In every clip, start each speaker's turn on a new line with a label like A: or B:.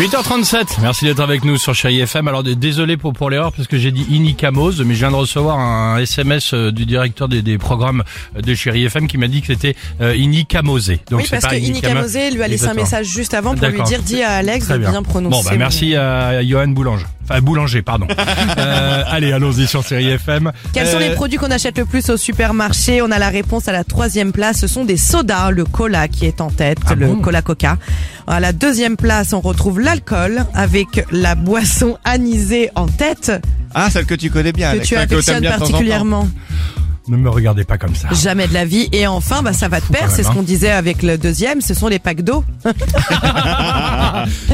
A: Oui. 8h37, merci d'être avec nous sur Chéri FM. Alors d- désolé pour, pour l'erreur parce que j'ai dit Inicamos, mais je viens de recevoir un SMS euh, du directeur des, des programmes euh, de Chéri FM qui m'a dit que c'était euh, Inicamosé. Donc
B: Oui,
A: c'est
B: parce
A: pas
B: que Inika
A: Inicama-
B: Mosé lui a laissé un
A: Exactement.
B: message juste avant pour lui
A: D'accord.
B: dire dis à Alex de
A: Très
B: bien prononcer.
A: Bon, bah, merci à Johan Boulange. Enfin, Boulanger, pardon. Euh, allez, allons-y sur Chéri FM.
B: Quels sont les
A: Euh,
B: produits qu'on achète le plus au supermarché On a la réponse à la troisième place. Ce sont des sodas, le cola qui est en tête,
A: Ah
B: le
A: bon
B: cola coca. À la deuxième place, on retrouve l'alcool avec la boisson anisée en tête
C: Ah, celle que tu connais bien,
B: que
C: Alex,
B: tu
C: hein, t'aimes
B: affectionnes
C: bien de temps en temps.
B: particulièrement.
A: Ne me regardez pas comme ça.
B: Jamais de la vie. Et enfin, bah, ça va de pair.
A: quand
B: C'est
A: même,
B: ce
A: hein.
B: qu'on disait avec le deuxième. Ce sont les packs d'eau.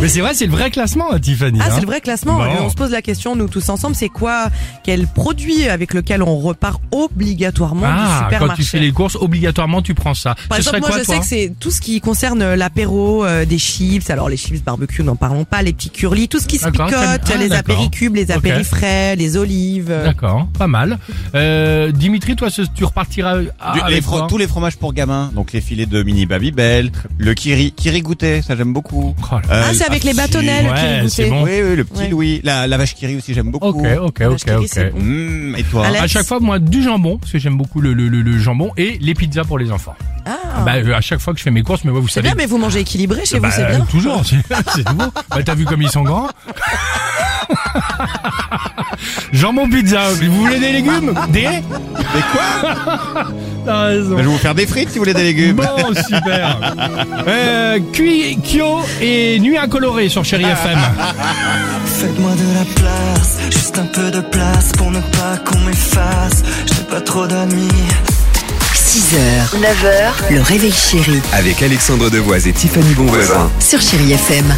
A: Mais c'est vrai, c'est le vrai classement, euh, Tiffany.
B: Ah,
A: hein.
B: c'est le vrai classement.
A: Bon.
B: Et on se pose la question, nous tous ensemble, c'est quoi, quel produit avec lequel on repart obligatoirement du
A: Ah, quand
B: supermarché
A: tu fais les courses, obligatoirement tu prends ça.
B: Par
A: Ce
B: exemple,
A: serait
B: moi
A: quoi,
B: je
A: toi
B: sais que c'est tout ce qui concerne l'apéro, euh, des chips, alors les chips barbecue, n'en parlons pas, les petits curlis, tout ce qui se
A: D'accord,
B: picote,
A: t'aimes- ah,
B: les
A: d'accord.
B: apéricubes, les
A: Ok.
B: apérifrais, les olives. euh,
A: D'accord, pas mal. Euh, Dimitri, toi, ce- tu repartiras à,
C: Du- les
A: Ah, avec
C: fro-
A: quoi
C: tous les fromages pour gamins, donc les filets de mini Babybel, le kiri, kiri goûté, ça j'aime beaucoup.
A: Oh là.
B: Ah,
C: Euh,
B: c'est avec les
C: si.
B: bâtonnets, le
A: Ouais,
B: kiri
A: c'est
B: goûté.
A: bon.
C: Oui, oui, le petit
B: Ouais.
C: Louis, la, la vache kiri aussi j'aime beaucoup.
A: Ok, ok,
B: La
A: ok,
B: chérie, c'est
A: ok.
B: bon.
C: Mmh, et toi
B: Alex.
A: À chaque fois, moi, du jambon, parce que j'aime beaucoup le, le, le- le jambon, et les pizzas pour les enfants.
B: Ah,
A: Bah, euh, à chaque fois que je fais mes courses, mais moi, vous
B: c'est
A: savez.
B: bien, mais vous mangez équilibré chez
A: Bah,
B: vous, c'est bien.
A: Toujours, c'est c'est nouveau. Bah, t'as vu comme ils sont grands Jambon pizza, vous voulez des légumes Des
C: Mais quoi
A: T'as raison.
C: Bah, Je vais vous faire des frites si vous voulez des légumes.
A: Bon, super. Euh, Cui- Kyo et Nuit Incolorée sur Chéri
B: Ah.
A: FM.
D: Faites-moi de la place, juste un peu de place pour ne pas qu'on m'efface. J'ai pas trop d'amis.
E: 6h, 9h, le réveil chéri
F: Avec Alexandre Devoise et Tiffany Bonvoisin.
E: sur Chéri FM.